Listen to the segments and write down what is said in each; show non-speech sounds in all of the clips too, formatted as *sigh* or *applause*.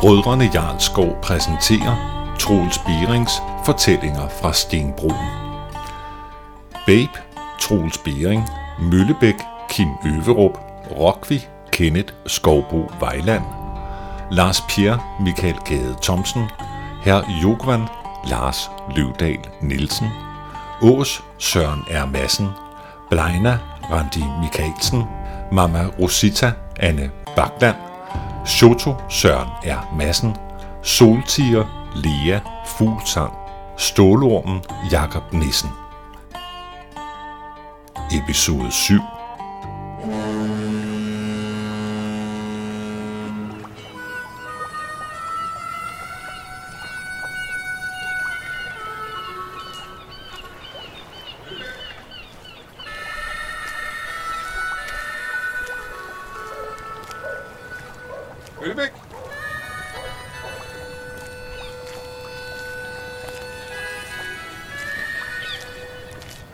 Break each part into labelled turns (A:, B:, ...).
A: Brødrene Jarlskov præsenterer Troels Berings fortællinger fra Stenbroen. Babe, Troels Bering, Møllebæk, Kim Øverup, Rokvi, Kenneth Skovbo Vejland, Lars Pierre, Michael Gade Thomsen, Herr Jogvan, Lars Løvdal Nielsen, Ås Søren R. Madsen, Blejna Randi Michaelsen, Mama Rosita Anne Bakland, Shoto Søren R. Madsen, Soltiger Lea Fuglsang, Stålormen Jakob Nissen. Episode 7
B: Møllebæk?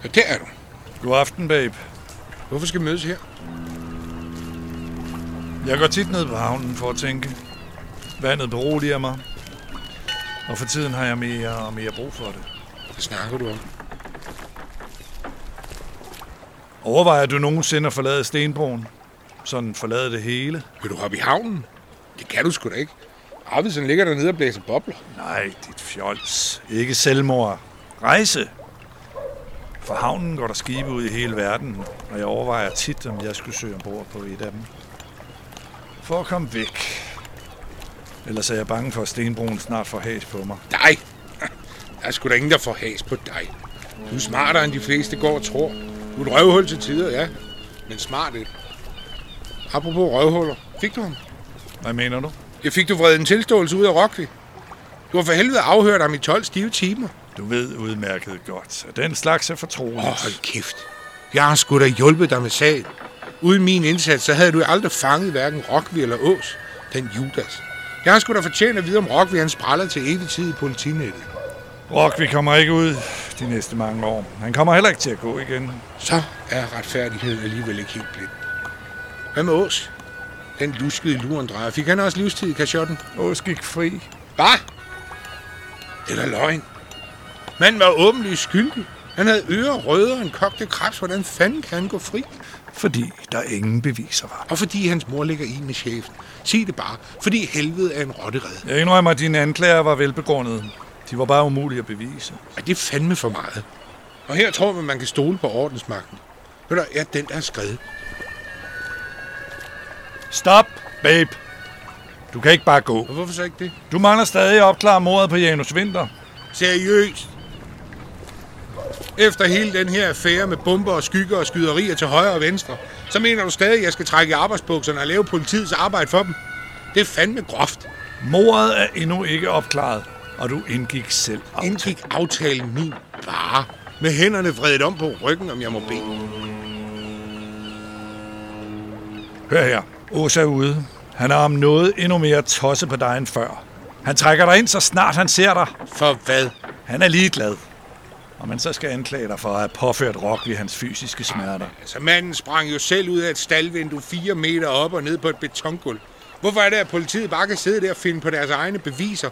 B: Ja, der er du.
C: God aften, babe.
B: Hvorfor skal vi mødes her?
C: Jeg går tit ned på havnen for at tænke. Vandet beroliger mig. Og for tiden har jeg mere og mere brug for det.
B: Hvad snakker du om?
C: Overvejer du nogensinde at forlade Stenbroen? Sådan forlade det hele?
B: Vil du hoppe i havnen? Det kan du sgu da ikke. Arvidsen ligger dernede og blæser bobler.
C: Nej, dit fjols. Ikke selvmord. Rejse! For havnen går der skibe ud i hele verden, og jeg overvejer tit, om jeg skulle søge ombord på et af dem. For at komme væk. Ellers er jeg bange for, at Stenbroen snart får has på mig.
B: Nej, der er sgu da ingen, der får has på dig. Du er smartere, end de fleste går og tror. Du er et røvhul til tider, ja. Men smart det. Apropos røvhuller. Fik du ham?
C: Hvad mener du?
B: Jeg fik du vredet en tilståelse ud af Rockvi. Du har for helvede afhørt ham i 12 stive timer.
C: Du ved udmærket godt, at den slags er fortroligt.
B: Åh, oh, hold kæft. Jeg har sgu da hjulpet dig med sagen. Uden min indsats, så havde du aldrig fanget hverken Rockvi eller Ås, den Judas. Jeg har sgu da fortjent at vide, om Rockvi han spræller til evig tid i politinettet.
C: Rock, vi kommer ikke ud de næste mange år. Han kommer heller ikke til at gå igen.
B: Så er retfærdigheden alligevel ikke helt blind. Hvad med Ås? Den luskede luren drejer. Fik han også livstid i kashotten?
C: Ås gik fri.
B: Hvad? Det er da løgn. Manden var åbenlyst skyldig. Han havde ører rødere end kogte krebs. Hvordan fanden kan han gå fri?
C: Fordi der ingen beviser var.
B: Og fordi hans mor ligger i med chefen. Sig det bare. Fordi helvede er en rotterede.
C: Jeg indrømmer, at dine anklager var velbegrundede. De var bare umulige at bevise.
B: Er det er fandme for meget? Og her tror man, man kan stole på ordensmagten. Ved du, jeg er den, der er skrevet.
C: Stop, babe. Du kan ikke bare gå.
B: Og hvorfor så ikke det?
C: Du mangler stadig at opklare mordet på Janus Winter.
B: Seriøst? Efter hele den her affære med bomber og skygger og skyderier til højre og venstre, så mener du stadig, at jeg skal trække i arbejdsbukserne og lave politiets arbejde for dem? Det er fandme groft.
C: Mordet er endnu ikke opklaret, og du indgik selv af.
B: Indgik aftalen min bare med hænderne vredet om på ryggen, om jeg må bede.
C: Hør her. Åsa er ude. Han er om noget endnu mere tosset på dig end før. Han trækker dig ind, så snart han ser dig.
B: For hvad?
C: Han er ligeglad. Og man så skal anklage dig for at have påført rock ved hans fysiske smerter.
B: Altså, manden sprang jo selv ud af et staldvindue fire meter op og ned på et betongulv. Hvorfor er det, at politiet bare kan sidde der og finde på deres egne beviser?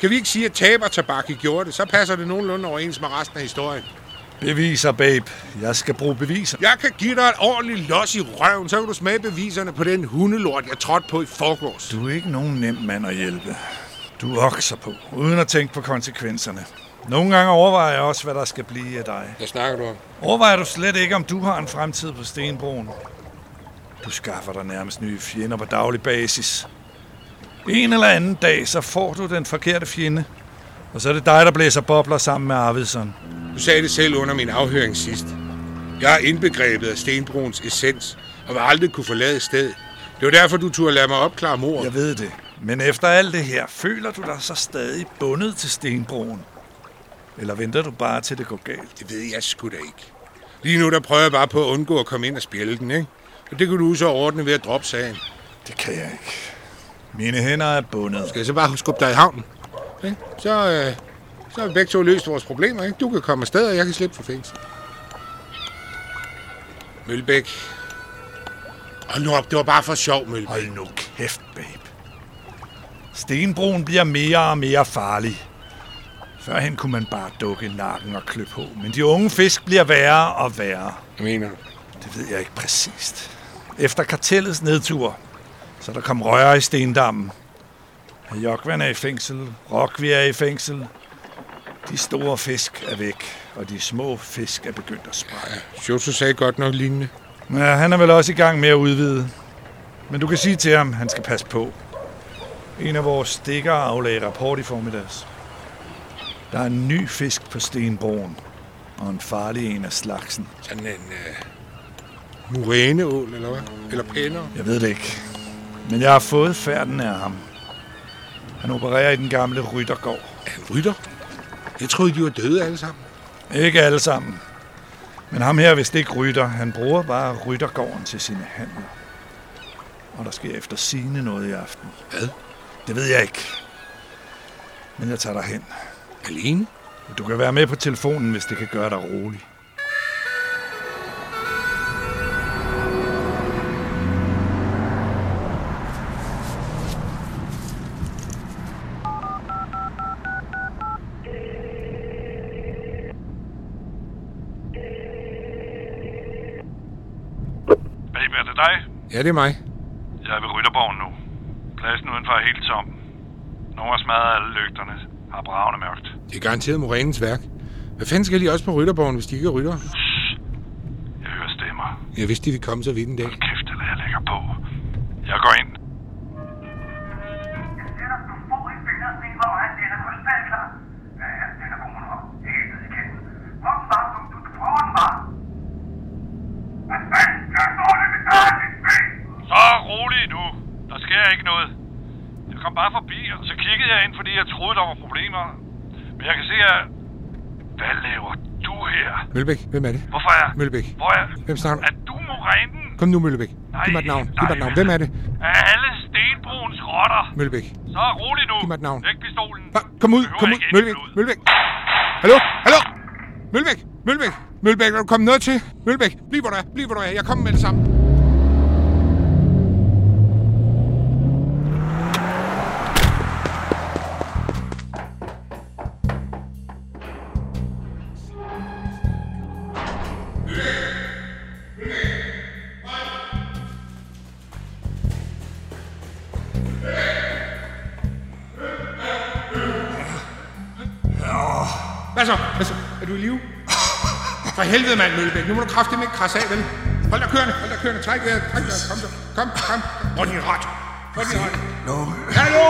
B: Kan vi ikke sige, at tabertabak I gjorde det? Så passer det nogenlunde overens med resten af historien.
C: Beviser, babe. Jeg skal bruge beviser.
B: Jeg kan give dig et ordentligt los i røven, så kan du smage beviserne på den hundelort, jeg trådte på i forgårs.
C: Du er ikke nogen nem mand at hjælpe. Du okser på, uden at tænke på konsekvenserne. Nogle gange overvejer jeg også, hvad der skal blive af dig.
B: Hvad snakker du om?
C: Overvejer du slet ikke, om du har en fremtid på Stenbroen? Du skaffer dig nærmest nye fjender på daglig basis. En eller anden dag, så får du den forkerte fjende. Og så er det dig, der blæser bobler sammen med Arvidsson.
B: Du sagde det selv under min afhøring sidst. Jeg er indbegrebet af Stenbroens essens, og vil aldrig kunne forlade stedet. Det var derfor, du turde lade mig opklare mordet.
C: Jeg ved det. Men efter alt det her, føler du dig så stadig bundet til Stenbroen? Eller venter du bare til det går galt?
B: Det ved jeg sgu da ikke. Lige nu der prøver jeg bare på at undgå at komme ind og spjælde den, ikke? Og det kunne du så ordne ved at droppe sagen.
C: Det kan jeg ikke. Mine hænder er bundet.
B: Skal jeg så bare skubbe dig i havnen? Ikke? Så, øh, så har vi begge to løst vores problemer, ikke? Du kan komme afsted, og jeg kan slippe for fængsel. Mølbæk. Hold nu op, det var bare for sjov, Mølbæk.
C: Hold nu kæft, babe. Stenbroen bliver mere og mere farlig. Førhen kunne man bare dukke nakken og klø på, men de unge fisk bliver værre og værre.
B: Hvad mener du?
C: Det ved jeg ikke præcist. Efter kartellets nedtur, så der kom røre i stendammen. Jokvan er i fængsel, Rokvi er i fængsel. De store fisk er væk, og de små fisk er begyndt at sprække.
B: Josu sagde godt nok lignende.
C: Ja, han er vel også i gang med at udvide. Men du kan sige til ham, han skal passe på. En af vores stikker aflagde rapport i formiddags. Der er en ny fisk på Stenbroen, og en farlig en af slagsen.
B: Sådan en øh, muræneål, eller hvad? Eller pænder.
C: Jeg ved det ikke. Men jeg har fået færden af ham. Han opererer i den gamle ryttergård.
B: Er han rytter? Jeg troede, de var døde alle sammen.
C: Ikke alle sammen. Men ham her er vist ikke rytter. Han bruger bare ryttergården til sine handler. Og der sker efter sine noget i aften.
B: Hvad?
C: Det ved jeg ikke. Men jeg tager dig hen.
B: Alene?
C: Du kan være med på telefonen, hvis det kan gøre dig rolig.
D: Baby, er det dig?
B: Ja, det er mig.
D: Jeg er ved Rytterborgen nu. Pladsen udenfor er helt tom. Nogen har smadret alle lygterne. Har bravende mørkt.
B: Det er garanteret morænens værk. Hvad fanden skal de også på rytterborgen, hvis de ikke er rytter?
D: Jeg hører stemmer.
B: Jeg vidste, de ville komme så vidt en dag.
D: Kæft, det lader jeg lægger på. Jeg går ind. Så rolig nu. Der sker ikke noget. Jeg kom bare forbi, og så kiggede jeg ind, fordi jeg troede, der var problemer. Men jeg kan se, at... Hvad laver du her?
B: Mølbæk, hvem er det?
D: Hvorfor er...
B: Mølbæk.
D: Hvor er...
B: Hvem snakker du?
D: Er du morænen?
B: Kom nu, Møllebæk. Giv mig et navn. Giv mig et navn. Hvem er det?
D: Af alle stenbrugens rotter.
B: Møllebæk.
D: Så rolig nu.
B: Giv mig et navn.
D: Læg pistolen.
B: Ah, Kom ud,
D: Behøver
B: kom ud.
D: ikke
B: Møllebæk,
D: indblod.
B: Møllebæk. Hallo, hallo. Møllebæk, Møllebæk. Møllebæk, er du kommet noget til? Møllebæk, bliv hvor du er, bliv hvor du er. Jeg kommer med det samme. Hvad så? Hvad så? Er du i live? For helvede, mand, Møllebæk. Nu må du kraftedeme ikke krasse af, vel? Hold dig kørende, hold dig kørende. Træk vejret, træk vejret. Kom så, kom, kom. Rund din ret. Rund din ret. Hallo!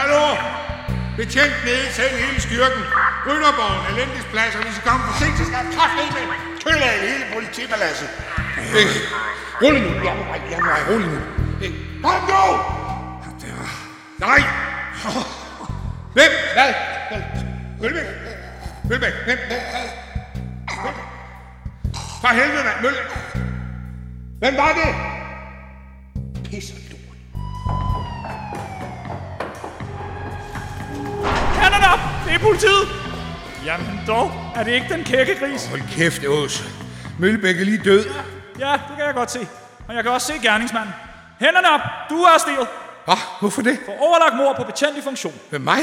B: Hallo! Betjent nede, send hele styrken. Rønderborgen, elendigs plads, og hvis I kommer for sent, så skal jeg kraftedeme kølle af i hele politiballasset. Øh, rolig nu, ja, nej, ja, nej, rolig nu. Øh, kom nu! Nej! Hvem? Hvad? Mølbæk? Mølbæk? Hvem? Hvem? Hvad? Mølbæk? For helvede, mand! Mølbæk! Hvem var det? Pisser lort.
E: Canada! Det er politiet! Jamen dog, er det ikke den kækkegris?
B: Hold kæft, Ås. Mølbæk er lige død.
E: Ja, det kan jeg godt se. Og jeg kan også se gerningsmanden. Hænderne op! Du er arresteret
B: Hva? Hvorfor det?
E: for overlagt mord på betjent i funktion.
B: Med mig?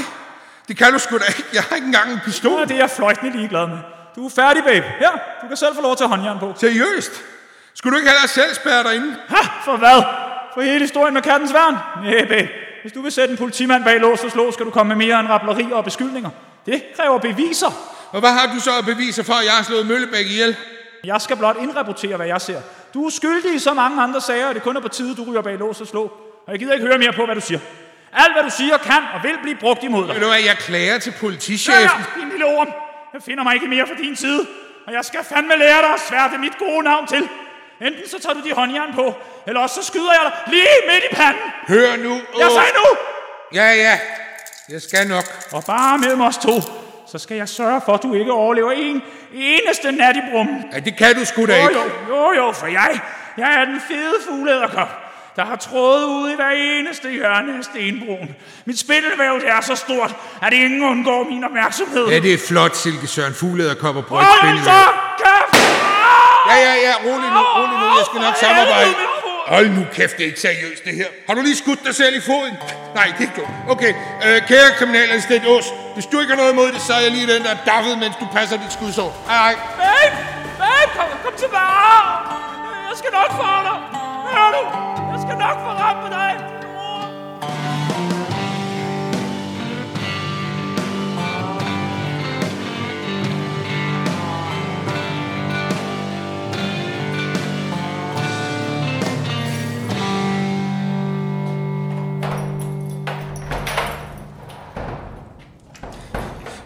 B: Det kan du sgu da ikke. Jeg har ikke engang en
E: Og
B: pistol.
E: det er jeg fløjtende ligeglad med. Du er færdig, babe. Her, du kan selv få lov til at håndjern på.
B: Seriøst? Skulle du ikke have selv spærre dig inde?
E: Ha, for hvad? For hele historien med kattens værn? Næh, babe. Hvis du vil sætte en politimand bag lås og slå, skal du komme med mere end rappleri og beskyldninger. Det kræver beviser.
B: Og hvad har du så at bevise for, at jeg har slået Møllebæk ihjel?
E: Jeg skal blot indrapportere, hvad jeg ser. Du er skyldig i så mange andre sager, og det kun er på tide, du ryger bag lås og slå. Og jeg gider ikke høre mere på, hvad du siger. Alt, hvad du siger, kan og vil blive brugt imod dig.
B: Ved du at jeg klager til
E: Lad
B: politichefen?
E: være, din lille orm. Jeg finder mig ikke mere fra din side. Og jeg skal fandme lære dig at sværte mit gode navn til. Enten så tager du de håndjern på, eller også så skyder jeg dig lige midt i panden.
B: Hør nu,
E: Jeg
B: Ås.
E: sagde nu!
B: Ja, ja. Jeg skal nok.
E: Og bare mellem os to, så skal jeg sørge for, at du ikke overlever en eneste nat i brummen.
B: Ja, det kan du sgu da
E: Jo,
B: ikke.
E: jo, jo, jo, for jeg, jeg er den fede fugleæderkop, der har trådet ude i hver eneste hjørne af stenbroen. Mit spindelvæv det er så stort, at ingen undgår min opmærksomhed.
B: Ja, det er flot, Silke Søren Fuglederkop og Brød
E: Hold
B: Spindel.
E: så kæft!
B: Ja, ja, ja, rolig nu, rolig nu. Jeg skal nok
E: Au, for
B: samarbejde.
E: helvede, min fod.
B: Hold nu kæft, det er ikke seriøst, det her. Har du lige skudt dig selv i foden? Nej, det er ikke dumt. Okay, øh, kære kriminalanstet Ås, hvis du ikke har noget imod det, så er jeg lige den, der er daffet, mens du passer dit skudsår. Hej, hej.
E: Babe! Babe, kom, kom tilbage! Jeg skal nok få dig! Hør du? Jeg skal nok få ramt med dig!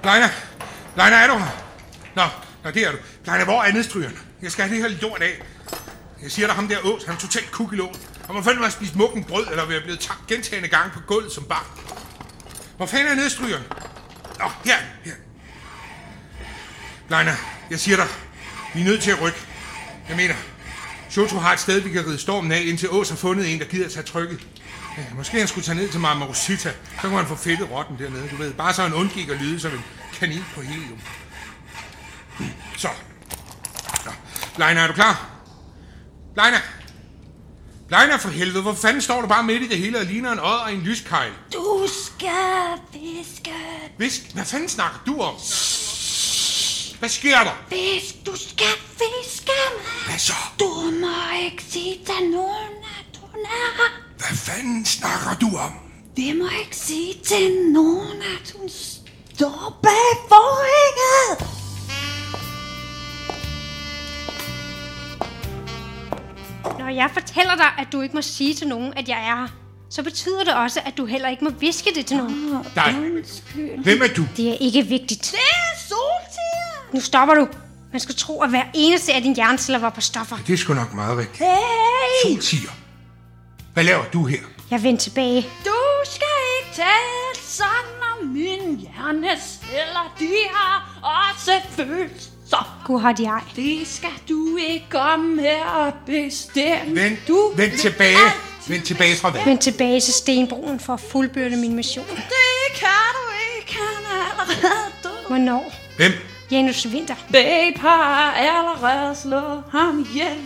B: Leina, Leina, er du her? Nå, nå, det er du. Leina, hvor er nedstrygeren? Jeg skal have det her lort af. Jeg siger dig, ham der Ås, han er totalt kuk i lån. Og man fandt mig at spise mukken brød, eller være blevet tabt gentagende gange på gulvet som barn. Hvor fanden er nedstrygeren? Nå, her, her. Leina, jeg siger dig, vi er nødt til at rykke. Jeg mener, Shoto har et sted, vi kan ride stormen af, indtil Ås har fundet en, der gider tage trykket. Ja, måske han skulle tage ned til Marma Rosita. Så kunne han få fedtet rotten dernede, du ved. Bare så han undgik at lyde som en kanin på helium. Så. Nå. Leina, er du klar? Leina! Leina for helvede, hvor fanden står du bare midt i det hele og ligner en odd og en lyskejl?
F: Du skal fiske,
B: Visk, hvad fanden snakker du om? Hvad sker der?
F: fisk, du skal fiske mig.
B: Hvad så?
F: Du må ikke sige til nogen, at hun er her.
B: Hvad fanden snakker du om?
F: Vi må ikke sige til nogen, at hun står bag forhænget.
G: Når jeg fortæller dig, at du ikke må sige til nogen, at jeg er her, så betyder det også, at du heller ikke må viske det til nogen.
B: Dig.
F: Undskyld.
B: Hvem er du?
G: Det er ikke vigtigt.
F: Det er soltiger.
G: Nu stopper du. Man skulle tro, at hver eneste af dine hjerneceller var på stoffer.
B: Det er sgu nok meget rigtigt.
F: Hey,
B: Soltiger. Hvad laver du her?
G: Jeg vendte tilbage.
F: du skal ikke tale sådan om mine hjerneceller. De har også følelser.
G: Gud har de ej.
F: Det skal du ikke komme her og bestemme.
B: Vend,
F: du
B: vend
F: vil
B: tilbage.
F: altid
B: Vend tilbage fra hvad?
G: Vendte tilbage til Stenbroen for at fuldbyrde min mission.
F: Det kan du ikke, han er allerede død.
G: Hvornår?
B: Hvem?
G: Janus Vinter.
F: Babe har allerede slået ham ihjel.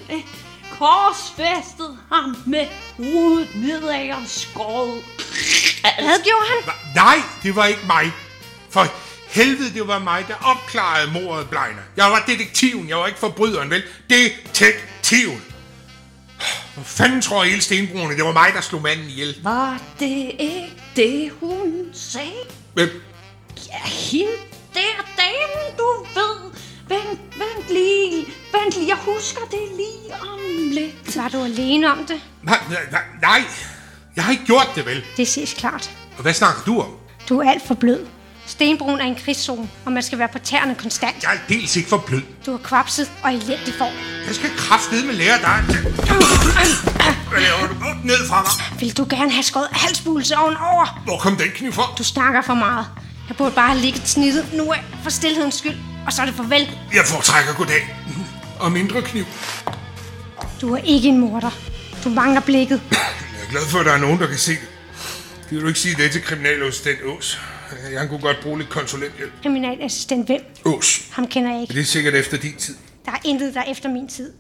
F: Korsfæstet ham med hovedet nedad og skåret. Altså,
G: Hvad gjorde han?
B: Hva- Nej, det var ikke mig. For helvede, det var mig, der opklarede mordet, Blejner. Jeg var detektiven, jeg var ikke forbryderen, vel? Detektiven. Hvor fanden tror hele stenbrugerne, det var mig, der slog manden ihjel?
F: Var det ikke det, hun sagde?
B: Hvem?
F: Ja, hende der damen, du ved. Vent, vent lige. Vent lige, jeg husker det lige om lidt.
G: Var du alene om det?
B: Nej, nej, nej, nej, jeg har ikke gjort det, vel?
G: Det ses klart.
B: Og hvad snakker du om?
G: Du er alt for blød. Stenbroen er en krigszone, og man skal være på tæerne konstant.
B: Jeg er dels ikke for blød.
G: Du har kvapset og elendig form.
B: Jeg skal kraftedeme lære dig. Hvad laver du? Gå ned fra mig.
G: Vil du gerne have skåret halsbulse ovenover?
B: Hvor kom den kniv fra?
G: Du snakker for meget. Jeg burde bare have ligget snittet nu af for stillhedens skyld. Og så er det farvel.
B: Jeg foretrækker goddag. Mhm. Og mindre kniv.
G: Du er ikke en morder. Du mangler blikket.
B: Jeg er glad for, at der er nogen, der kan se det. Gider du ikke sige det til kriminalassistent Ås? Jeg kunne godt bruge lidt konsulenthjælp.
G: Kriminalassistent hvem?
B: Ås,
G: Ham kender jeg ikke.
B: det er sikkert efter din tid.
G: Der er intet, der er efter min tid.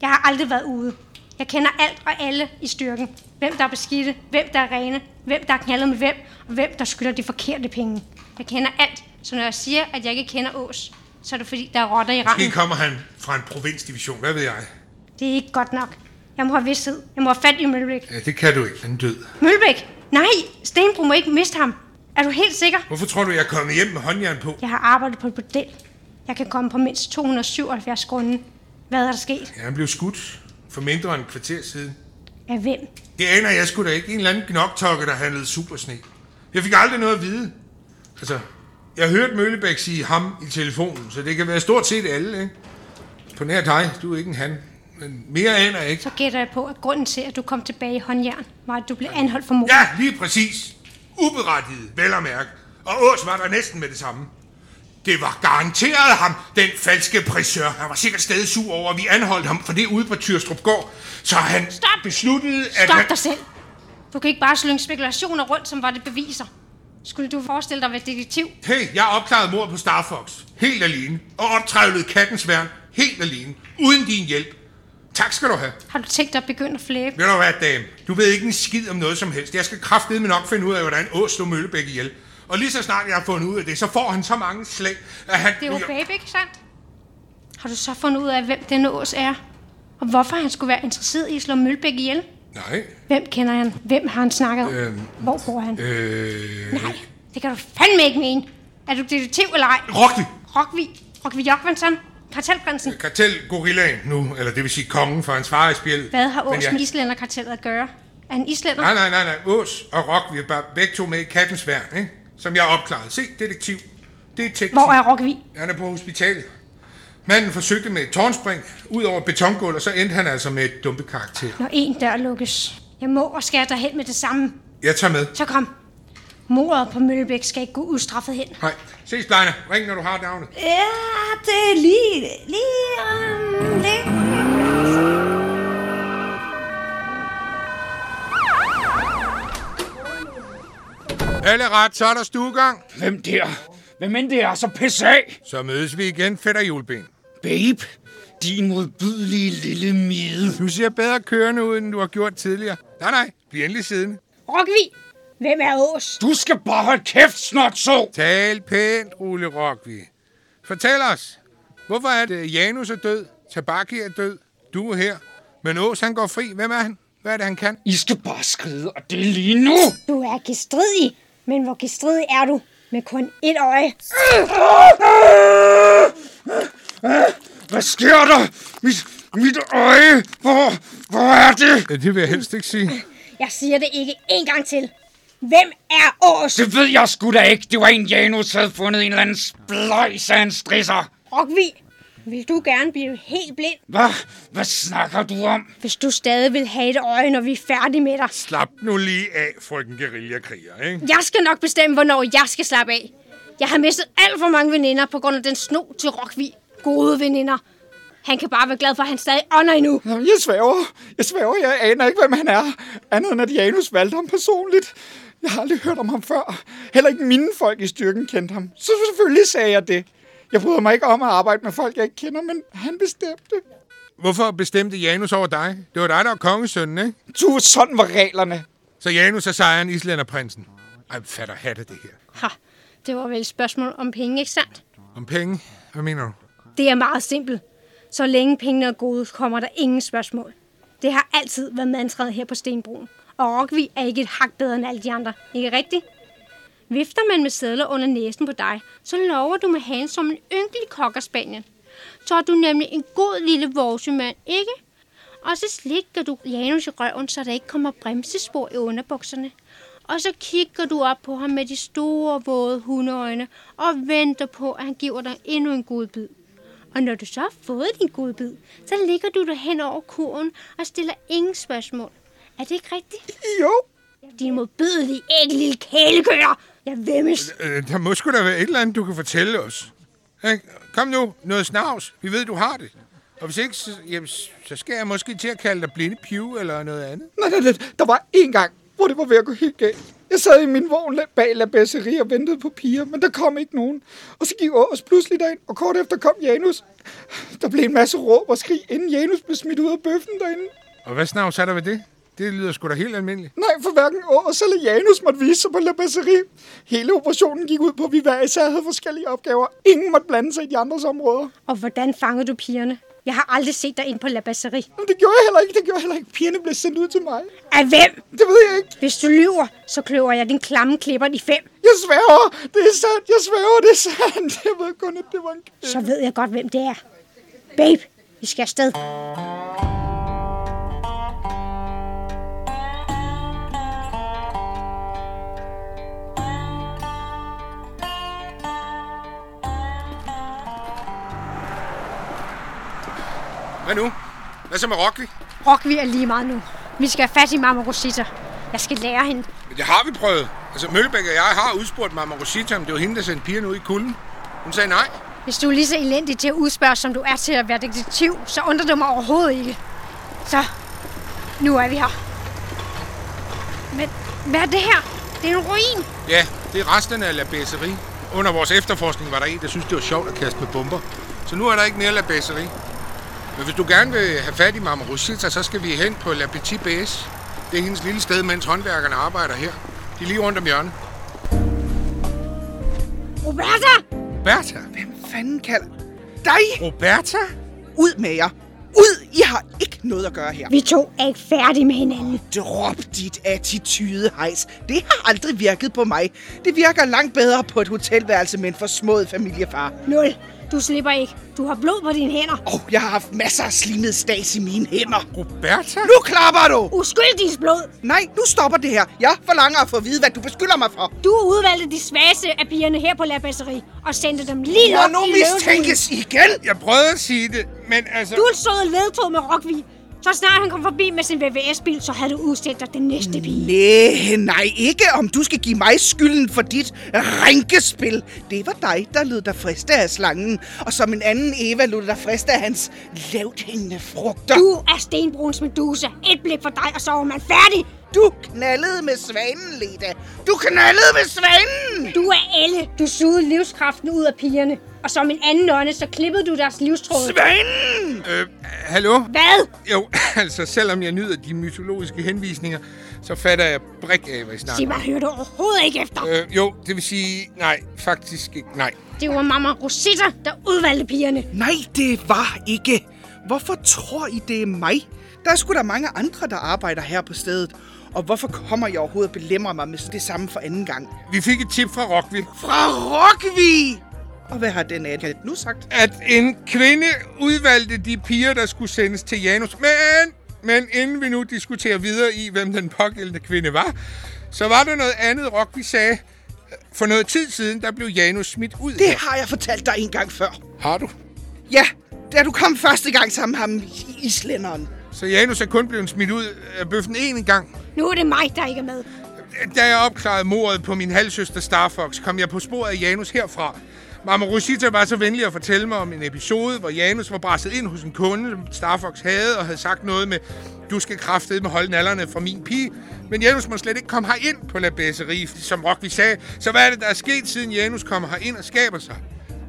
G: Jeg har aldrig været ude. Jeg kender alt og alle i styrken. Hvem der er beskidte, hvem der er rene, hvem der er knaldet med hvem, og hvem der skylder de forkerte penge. Jeg kender alt, så når jeg siger, at jeg ikke kender Ås, så er det fordi, der er rotter i
B: Måske
G: randen.
B: kommer han fra en provinsdivision, hvad ved jeg?
G: Det er ikke godt nok. Jeg må have vidsthed. Jeg må have fat i Mølbæk.
B: Ja, det kan du ikke. Han er død.
G: Mølbæk! Nej! Stenbro må ikke miste ham. Er du helt sikker?
B: Hvorfor tror du, jeg er kommet hjem med håndjern på?
G: Jeg har arbejdet på et bordel. Jeg kan komme på mindst 277 grunde. Hvad er der sket?
B: Ja, han blev skudt for mindre end en kvarter siden.
G: Af hvem?
B: Det aner jeg sgu da ikke. En eller anden gnoktokke, der handlede supersne. Jeg fik aldrig noget at vide. Altså, jeg hørte Møllebæk sige ham i telefonen, så det kan være stort set alle, ikke? På nær dig, du er ikke en han. Men mere aner jeg ikke.
G: Så gætter jeg på, at grunden til, at du kom tilbage i håndjern, var, at du blev anholdt for mor.
B: Ja, lige præcis. Uberettiget, vel at mærke. Og Ås var der næsten med det samme. Det var garanteret ham, den falske prisør. Han var sikkert stadig sur over, at vi anholdt ham for det ude på Tyrstrup Gård. Så han
G: Stop!
B: besluttede, at... han...
G: Stop dig selv! Du kan ikke bare slynge spekulationer rundt, som var det beviser. Skulle du forestille dig at være detektiv?
B: Hey, jeg opklarede mord på Star Fox. Helt alene. Og optrævlede kattens værn. Helt alene. Uden din hjælp. Tak skal du have.
G: Har du tænkt dig at begynde at flæbe?
B: Ved du hvad, dame? Du ved ikke en skid om noget som helst. Jeg skal kraftedeme nok finde ud af, hvordan Ås slog Møllebæk ihjel. Og lige så snart jeg har fundet ud af det, så får han så mange slag, at han...
G: Det er jo babe, ikke sandt? Har du så fundet ud af, hvem denne ås er? Og hvorfor han skulle være interesseret i at slå Mølbæk ihjel?
B: Nej,
G: Hvem kender han? Hvem har han snakket om?
B: Øhm,
G: Hvor bor han?
B: øh...
G: Nej, det kan du fandme ikke mene. Er du detektiv eller ej?
B: Rocky!
G: Rockvig? Rockvig Jokvanson? Kartelprinsen?
B: Øh, Kartel gorillaen nu, eller det vil sige kongen for hans far i spjældet.
G: Hvad har
B: Men
G: Ås
B: ja.
G: med Islænderkartellet at gøre? Er han islænder?
B: Nej, nej, nej, nej. Ås og Rock, vi er bare begge to med i kattens værn, ikke? Som jeg opklarede. Se, detektiv. Det er teknisk.
G: Hvor er Rockvig?
B: Han er på hospitalet. Manden forsøgte med et tårnspring ud over betongulv, og så endte han altså med et dumpe karakter.
G: Når en dør lukkes. Jeg må og skal derhen med det samme.
B: Jeg tager med.
G: Så kom. Mordet på Møllebæk skal ikke gå ustraffet hen.
B: Nej. Ses, Blejner. Ring, når du har navnet.
H: Ja, det er lige, lige om lidt.
B: Alle ret, så er der stuegang.
E: Hvem der? Hvem end det er, så pis af!
B: Så mødes vi igen, fætter juleben.
E: Babe, din modbydelige lille mide.
B: Du ser bedre kørende ud, end du har gjort tidligere. Nej, nej. Bliv endelig siddende.
G: Rockvig! Hvem er Ås?
E: Du skal bare holde kæft, snot så!
B: Tal pænt, Ole Rockvi. Fortæl os, hvorfor er det, Janus er død, Tabaki er død, du er her, men Ås han går fri. Hvem er han? Hvad er det, han kan?
E: I skal bare skride, og det er lige nu!
G: Du er gestridig, men hvor gestridig er du? Med kun et øje.
E: Hvad sker der? Mit, mit øje! Hvor, hvor er det?
B: Ja, det vil jeg helst ikke sige.
G: Jeg siger det ikke en gang til. Hvem er Ås?
E: Det ved jeg sgu da ikke. Det var en Janus, havde fundet en eller anden spløjs af en strisser.
G: Rockvig! Vil du gerne blive helt blind,
E: Hvad? Hvad snakker du om?
G: hvis du stadig vil have et øje, når vi er færdige med dig?
B: Slap nu lige af, frøken guerillakriger, ikke?
G: Jeg skal nok bestemme, hvornår jeg skal slappe af. Jeg har mistet alt for mange veninder på grund af den sno til Rockvig. Gode veninder. Han kan bare være glad for, at han stadig ånder endnu.
I: Jeg svæver. Jeg svæver. Jeg aner ikke, hvem han er. Andet end, at Janus valgte ham personligt. Jeg har aldrig hørt om ham før. Heller ikke mine folk i styrken kendte ham. Så selvfølgelig sagde jeg det. Jeg bryder mig ikke om at arbejde med folk, jeg ikke kender, men han bestemte.
B: Hvorfor bestemte Janus over dig? Det var dig, der var kongesønnen, ikke?
I: Du, sådan var reglerne.
B: Så Janus er sejren, islænderprinsen. Ej, fatter hatte det her.
G: Ha, det var vel et spørgsmål om penge, ikke sandt?
B: Om penge? Hvad mener du?
G: Det er meget simpelt. Så længe pengene er gode, kommer der ingen spørgsmål. Det har altid været mantraet her på Stenbroen. Og Rockvi er ikke et hak bedre end alle de andre. Ikke rigtigt? Vifter man med sædler under næsen på dig, så lover du med hagen som en ynkelig kok af Spanien. Så er du nemlig en god lille vorsemand, ikke? Og så slikker du Janus i røven, så der ikke kommer bremsespor i underbukserne. Og så kigger du op på ham med de store, våde hundeøjne og venter på, at han giver dig endnu en god bid. Og når du så har fået din godbid, så ligger du dig hen over kurven og stiller ingen spørgsmål. Er det ikke rigtigt?
I: Jo,
G: Din modbydelige ægge lille kælekøer! Jeg vemmes.
B: Øh, der må sgu da være et eller andet, du kan fortælle os. Ikke? Kom nu, noget snavs. Vi ved, du har det. Og hvis ikke, så, jamen, så skal jeg måske til at kalde dig blinde piv eller noget andet.
I: Nej, nej, nej. Der var én gang, hvor det var ved at gå helt galt. Jeg sad i min vogn bag labasserie og ventede på piger, men der kom ikke nogen. Og så gik Ås pludselig derind, og kort efter kom Janus. Der blev en masse råb og skrig, inden Janus blev smidt ud af bøffen derinde.
B: Og hvad snavs er der ved det? Det lyder sgu da helt almindeligt.
I: Nej, for hverken Ås eller Janus måtte vise sig på labasserie. Hele operationen gik ud på, at vi hver især havde forskellige opgaver. Ingen måtte blande sig i de andres områder.
G: Og hvordan fangede du pigerne? Jeg har aldrig set dig ind på La Basserie.
I: Men det gjorde jeg heller ikke. Det gjorde jeg heller ikke. Pigerne blev sendt ud til mig.
G: Af hvem?
I: Det ved jeg ikke.
G: Hvis du lyver, så kløver jeg din klamme klipper i fem.
I: Jeg sværger. Det er sandt. Jeg sværger. Det er sandt. Jeg ved kun, at det var en kvinde.
G: Så ved jeg godt, hvem det er. Babe, vi skal afsted.
B: Hvad nu? Hvad så med Rocky?
G: Rockvi er lige meget nu. Vi skal have fat i Mama Rosita. Jeg skal lære hende.
B: Men det har vi prøvet. Altså, Møllebæk og jeg har udspurgt Mama Rosita, om det var hende, der sendte pigerne ud i kulden. Hun sagde nej.
G: Hvis du er lige så elendig til at udspørge, som du er til at være detektiv, så undrer det mig overhovedet ikke. Så, nu er vi her. Men hvad er det her? Det er en ruin.
B: Ja, det er resterne af labæseri. Under vores efterforskning var der en, der syntes, det var sjovt at kaste med bomber. Så nu er der ikke mere labæseri. Men hvis du gerne vil have fat i Mama Rosita, så skal vi hen på La Petite Bæs. Det er hendes lille sted, mens håndværkerne arbejder her. De er lige rundt om hjørnet.
G: Roberta!
B: Bertha!
J: Fanden kalder dig
B: Roberta?
J: ud med jer. Ud! I har ikke noget at gøre her.
G: Vi to er ikke færdige med hinanden.
J: Drop dit attitydehejs. Det har aldrig virket på mig. Det virker langt bedre på et hotelværelse med en forsmået familiefar.
G: Nul. Du slipper ikke. Du har blod på dine hænder.
J: Og oh, jeg har haft masser af slimet stas i mine hænder.
B: Roberta?
J: Nu klapper du!
G: Uskyldiges blod.
J: Nej, nu stopper det her. Jeg forlanger at få at vide, hvad du beskylder mig for.
G: Du udvalgte de svageste af pigerne her på La Basserie og sendte dem lige
J: Når
G: op
J: nu
G: i løvehulen.
J: mistænkes igen!
B: Jeg prøvede at sige det, men altså...
G: Du stod vedtog med Rockvi. Så snart han kom forbi med sin VVS-bil, så havde du udstedt dig den næste pige.
J: Næh, nej, ikke om du skal give mig skylden for dit rænkespil. Det var dig, der lød dig friste af slangen, og som en anden Eva lød dig friste af hans lavt hængende frugter.
G: Du er Stenbruns Medusa. Et blik for dig, og så er man færdig.
J: du knaldede med svanen, Leda. Du knaldede med svanen!
G: Du er alle. Du sugede livskraften ud af pigerne. Og som en anden nonne, så klippede du deres livstråd.
J: Svanen!
B: Øh, hallo?
G: Hvad?
B: Jo, *laughs* altså, selvom jeg nyder de mytologiske henvisninger, så fatter jeg brik af, hvad I snakker
G: Sig mig, hører du overhovedet ikke efter.
B: om. øh, Jo, det vil sige... Nej, faktisk ikke. Nej.
G: Det var mamma Rosita, der udvalgte pigerne.
J: Nej, det var ikke. Hvorfor tror I, det er mig? Der er sgu da mange andre, der arbejder her på stedet. Og hvorfor kommer jeg overhovedet og belemmer mig med det samme for anden gang?
B: Vi fik et tip fra Rockville.
J: Fra Rockvi! Og hvad har den agent nu sagt?
B: at en kvinde udvalgte de piger, der skulle sendes til Janus. Men, men inden vi nu diskuterer videre i, hvem den pågældende kvinde var, så var der noget andet rock, vi sagde. For noget tid siden, der blev Janus smidt ud.
J: Det
B: her.
J: har jeg fortalt dig en gang før.
B: har du.
J: Ja, da du kom første gang sammen med ham, islænderen.
B: Så Janus er kun blevet smidt ud af bøffen én gang.
G: Nu er det mig, der ikke er med.
B: Da jeg opklarede mordet på min halvsøster Starfox, kom jeg på sporet af Janus herfra. Mama Rosita var så venlig at fortælle mig om en episode, hvor Janus var brasset ind hos en kunde, som Starfox havde, og havde sagt noget med, du skal kraftede med holde nallerne fra min pige. Men Janus må slet ikke komme herind på La Besserie, som Rockvi sagde. Så hvad er det, der er sket, siden Janus kommer herind og skaber sig?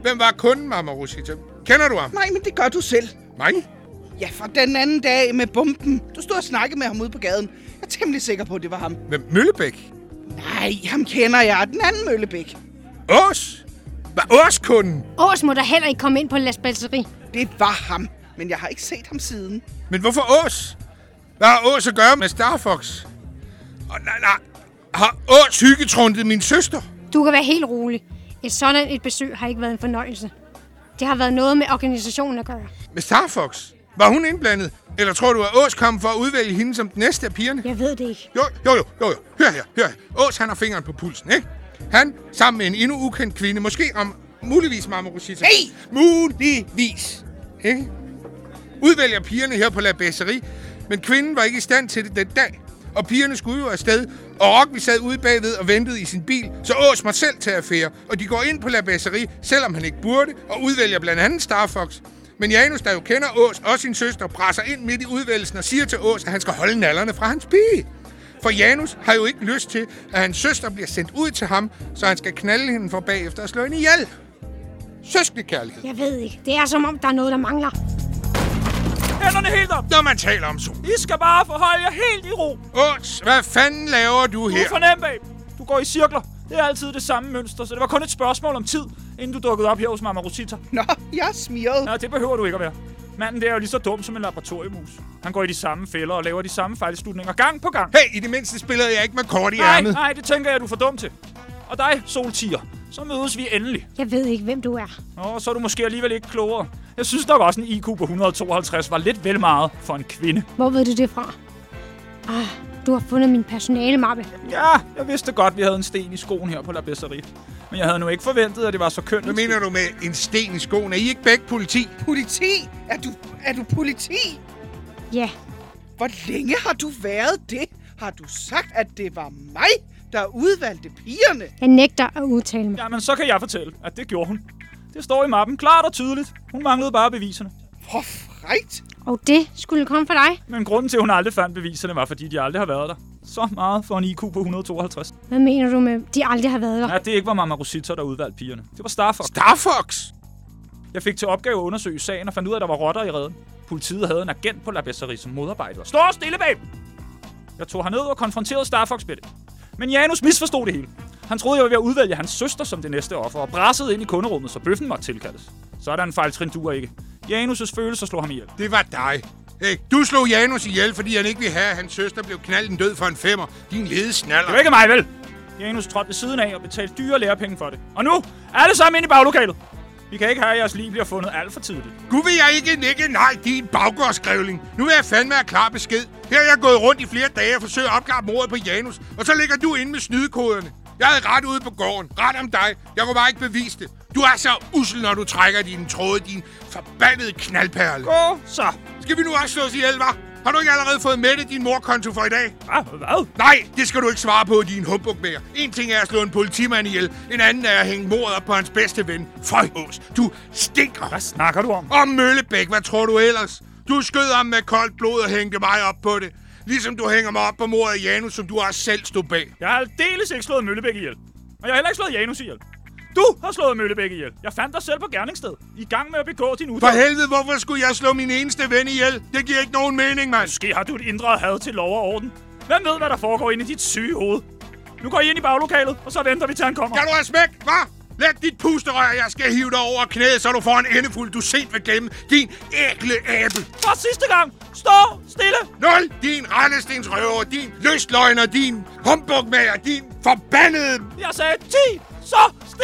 B: Hvem var kunden, Mama Rosita? Kender du ham?
J: Nej, men det gør du selv.
B: Mig?
J: Ja, fra den anden dag med bomben. Du stod og snakkede med ham ude på gaden. Jeg er temmelig sikker på, at det var ham.
B: Hvem? Møllebæk?
J: Nej, ham kender jeg. Den anden Møllebæk.
B: Ås? Var Ås kunden?
G: Ås må der heller ikke komme ind på Las Balseri.
J: Det var ham. Men jeg har ikke set ham siden.
B: Men hvorfor Ås? Hvad har Ås at gøre med Starfox? Og nej, nej. Har Ås hyggetrundet min søster?
G: Du kan være helt rolig. Et sådan et besøg har ikke været en fornøjelse. Det har været noget med organisationen at gøre.
B: Med Starfox? Var hun indblandet? Eller tror du, at Ås kom for at udvælge hende som den næste af pigerne?
G: Jeg ved det ikke.
B: Jo, jo, jo, jo, jo. Hør her, hør her. Ås, han har fingeren på pulsen, ikke? Han, sammen med en endnu ukendt kvinde, måske om muligvis Marmor Rosita.
J: Hey!
B: Muligvis. Ikke? Udvælger pigerne her på La Besserie, men kvinden var ikke i stand til det den dag. Og pigerne skulle jo afsted, og Rockby sad ude bagved og ventede i sin bil, så Ås mig selv til affære, og de går ind på La Besserie, selvom han ikke burde, og udvælger blandt andet Star Fox. Men Janus, der jo kender Ås og sin søster, presser ind midt i udvælgelsen og siger til Ås, at han skal holde nallerne fra hans pige. For Janus har jo ikke lyst til, at hans søster bliver sendt ud til ham, så han skal knalde hende for bagefter og slå hende ihjel. Søskende kærlighed.
G: Jeg ved ikke. Det er som om, der er noget, der mangler.
E: Hænderne helt op.
B: Når man taler om sol.
E: I skal bare forholde jer helt i ro.
B: Ås, hvad fanden laver du
E: Du er
B: her?
E: for nem, babe. Du går i cirkler. Det er altid det samme mønster, så det var kun et spørgsmål om tid, inden du dukkede op her hos Mama Rosita.
J: Nå, jeg er smiret.
E: Ja, det behøver du ikke at være. Manden der er jo lige så dum som en laboratoriemus. Han går i de samme fælder og laver de samme fejlslutninger gang på gang.
B: Hey, i det mindste spillede jeg ikke med kort i
E: Nej,
B: ærmet.
E: nej, det tænker jeg, du er for dum til. Og dig, soltiger. Så mødes vi endelig.
G: Jeg ved ikke, hvem du er.
E: Nå, så er du måske alligevel ikke klogere. Jeg synes nok også, en IQ på 152 var lidt vel meget for en kvinde.
G: Hvor ved du det fra? Ah, du har fundet min personalemappe.
E: Ja, jeg vidste godt, vi havde en sten i skoen her på La Besserie. Men jeg havde nu ikke forventet, at det var så kønt.
B: Hvad mener du med en sten i skoen? Er I ikke begge politi?
J: Politi? Er du, er du politi?
G: Ja,
J: Hvor længe har du været det? Har du sagt, at det var mig, der udvalgte pigerne?
G: jeg nægter at udtale mig.
E: Jamen, så kan jeg fortælle, at det gjorde hun. Det står i mappen klart og tydeligt. Hun manglede bare beviserne.
J: Hvor frægt.
G: Og det skulle komme fra dig.
E: Men grunden til, at hun aldrig fandt beviserne, var, fordi de aldrig har været der. Så meget for en IQ på 152.
G: Hvad mener du med, de aldrig har været der?
E: Ja, det ikke var Mama Rosita, der udvalgte pigerne. Det var Starfox.
B: Star Fox?
E: Jeg fik til opgave at undersøge sagen og fandt ud af, at der var rotter i redden. Politiet havde en agent på La Besserie, som modarbejdede. os. Stå stille, babe! Jeg tog herned og konfronterede Star Fox med det. Men Janus misforstod det hele. Han troede, jeg var ved at udvælge hans søster som det næste offer, og brassede ind i kunderummet, så bøffen måtte tilkaldes. Sådan fejltrin duer ikke. Janus' følelser slog ham ihjel.
B: Det var dig. Hey, du slog Janus ihjel, fordi han ikke ville have, at hans søster blev knalden død for en femmer. Din ledesnaller.
E: Det var ikke mig, vel? Janus trådte ved siden af og betalte dyre lærepenge for det. Og nu, alle sammen ind i baglokalet. Vi kan ikke have, at jeres liv bliver fundet alt for tidligt.
B: Gud vil jeg ikke nikke nej, din baggårdsgrævling. Nu vil jeg fandme have klar besked. Her er jeg gået rundt i flere dage og forsøgt at opklare mordet på Janus, og så ligger du inde med snydekoderne. Jeg havde ret ude på gården. Ret om dig. Jeg kunne bare ikke bevise det. Du er så usel, når du trækker dine tråde, din forbandede knaldperle.
E: Gå så.
B: Skal vi nu også slås ihjel, hva'? Har du ikke allerede fået med din morkonto for i dag?
E: Hvad? Hvad?
B: Nej, det skal du ikke svare på, din humbug mere. En ting er at slå en politimand ihjel, en anden er at hænge mordet op på hans bedste ven. Føjhås, du stinker!
E: Hvad snakker du om?
B: Og Møllebæk, hvad tror du ellers? Du skød ham med koldt blod og hængte mig op på det. Ligesom du hænger mig op på mordet af Janus, som du også selv stod bag.
E: Jeg har aldeles ikke slået Møllebæk ihjel. Og jeg har heller ikke slået Janus ihjel. Du har slået Møllebæk ihjel. Jeg fandt dig selv på gerningsstedet. I gang med at begå din
B: For
E: uddannelse.
B: helvede, hvorfor skulle jeg slå min eneste ven ihjel? Det giver ikke nogen mening, mand.
E: Måske har du et indre had til lov og orden. Hvem ved, hvad der foregår inde i dit syge hoved? Nu går I ind i baglokalet, og så venter vi til han kommer.
B: Kan du have smæk, hva? Læg dit pusterør, jeg skal hive dig over knæet, så du får en endefuld, du sent vil glemme. Din ægle æble.
E: For sidste gang! Stå stille!
B: Nul, din randestensrøver, din lystløgner, din humbugmager, din forbandede...
E: Jeg sagde 10, så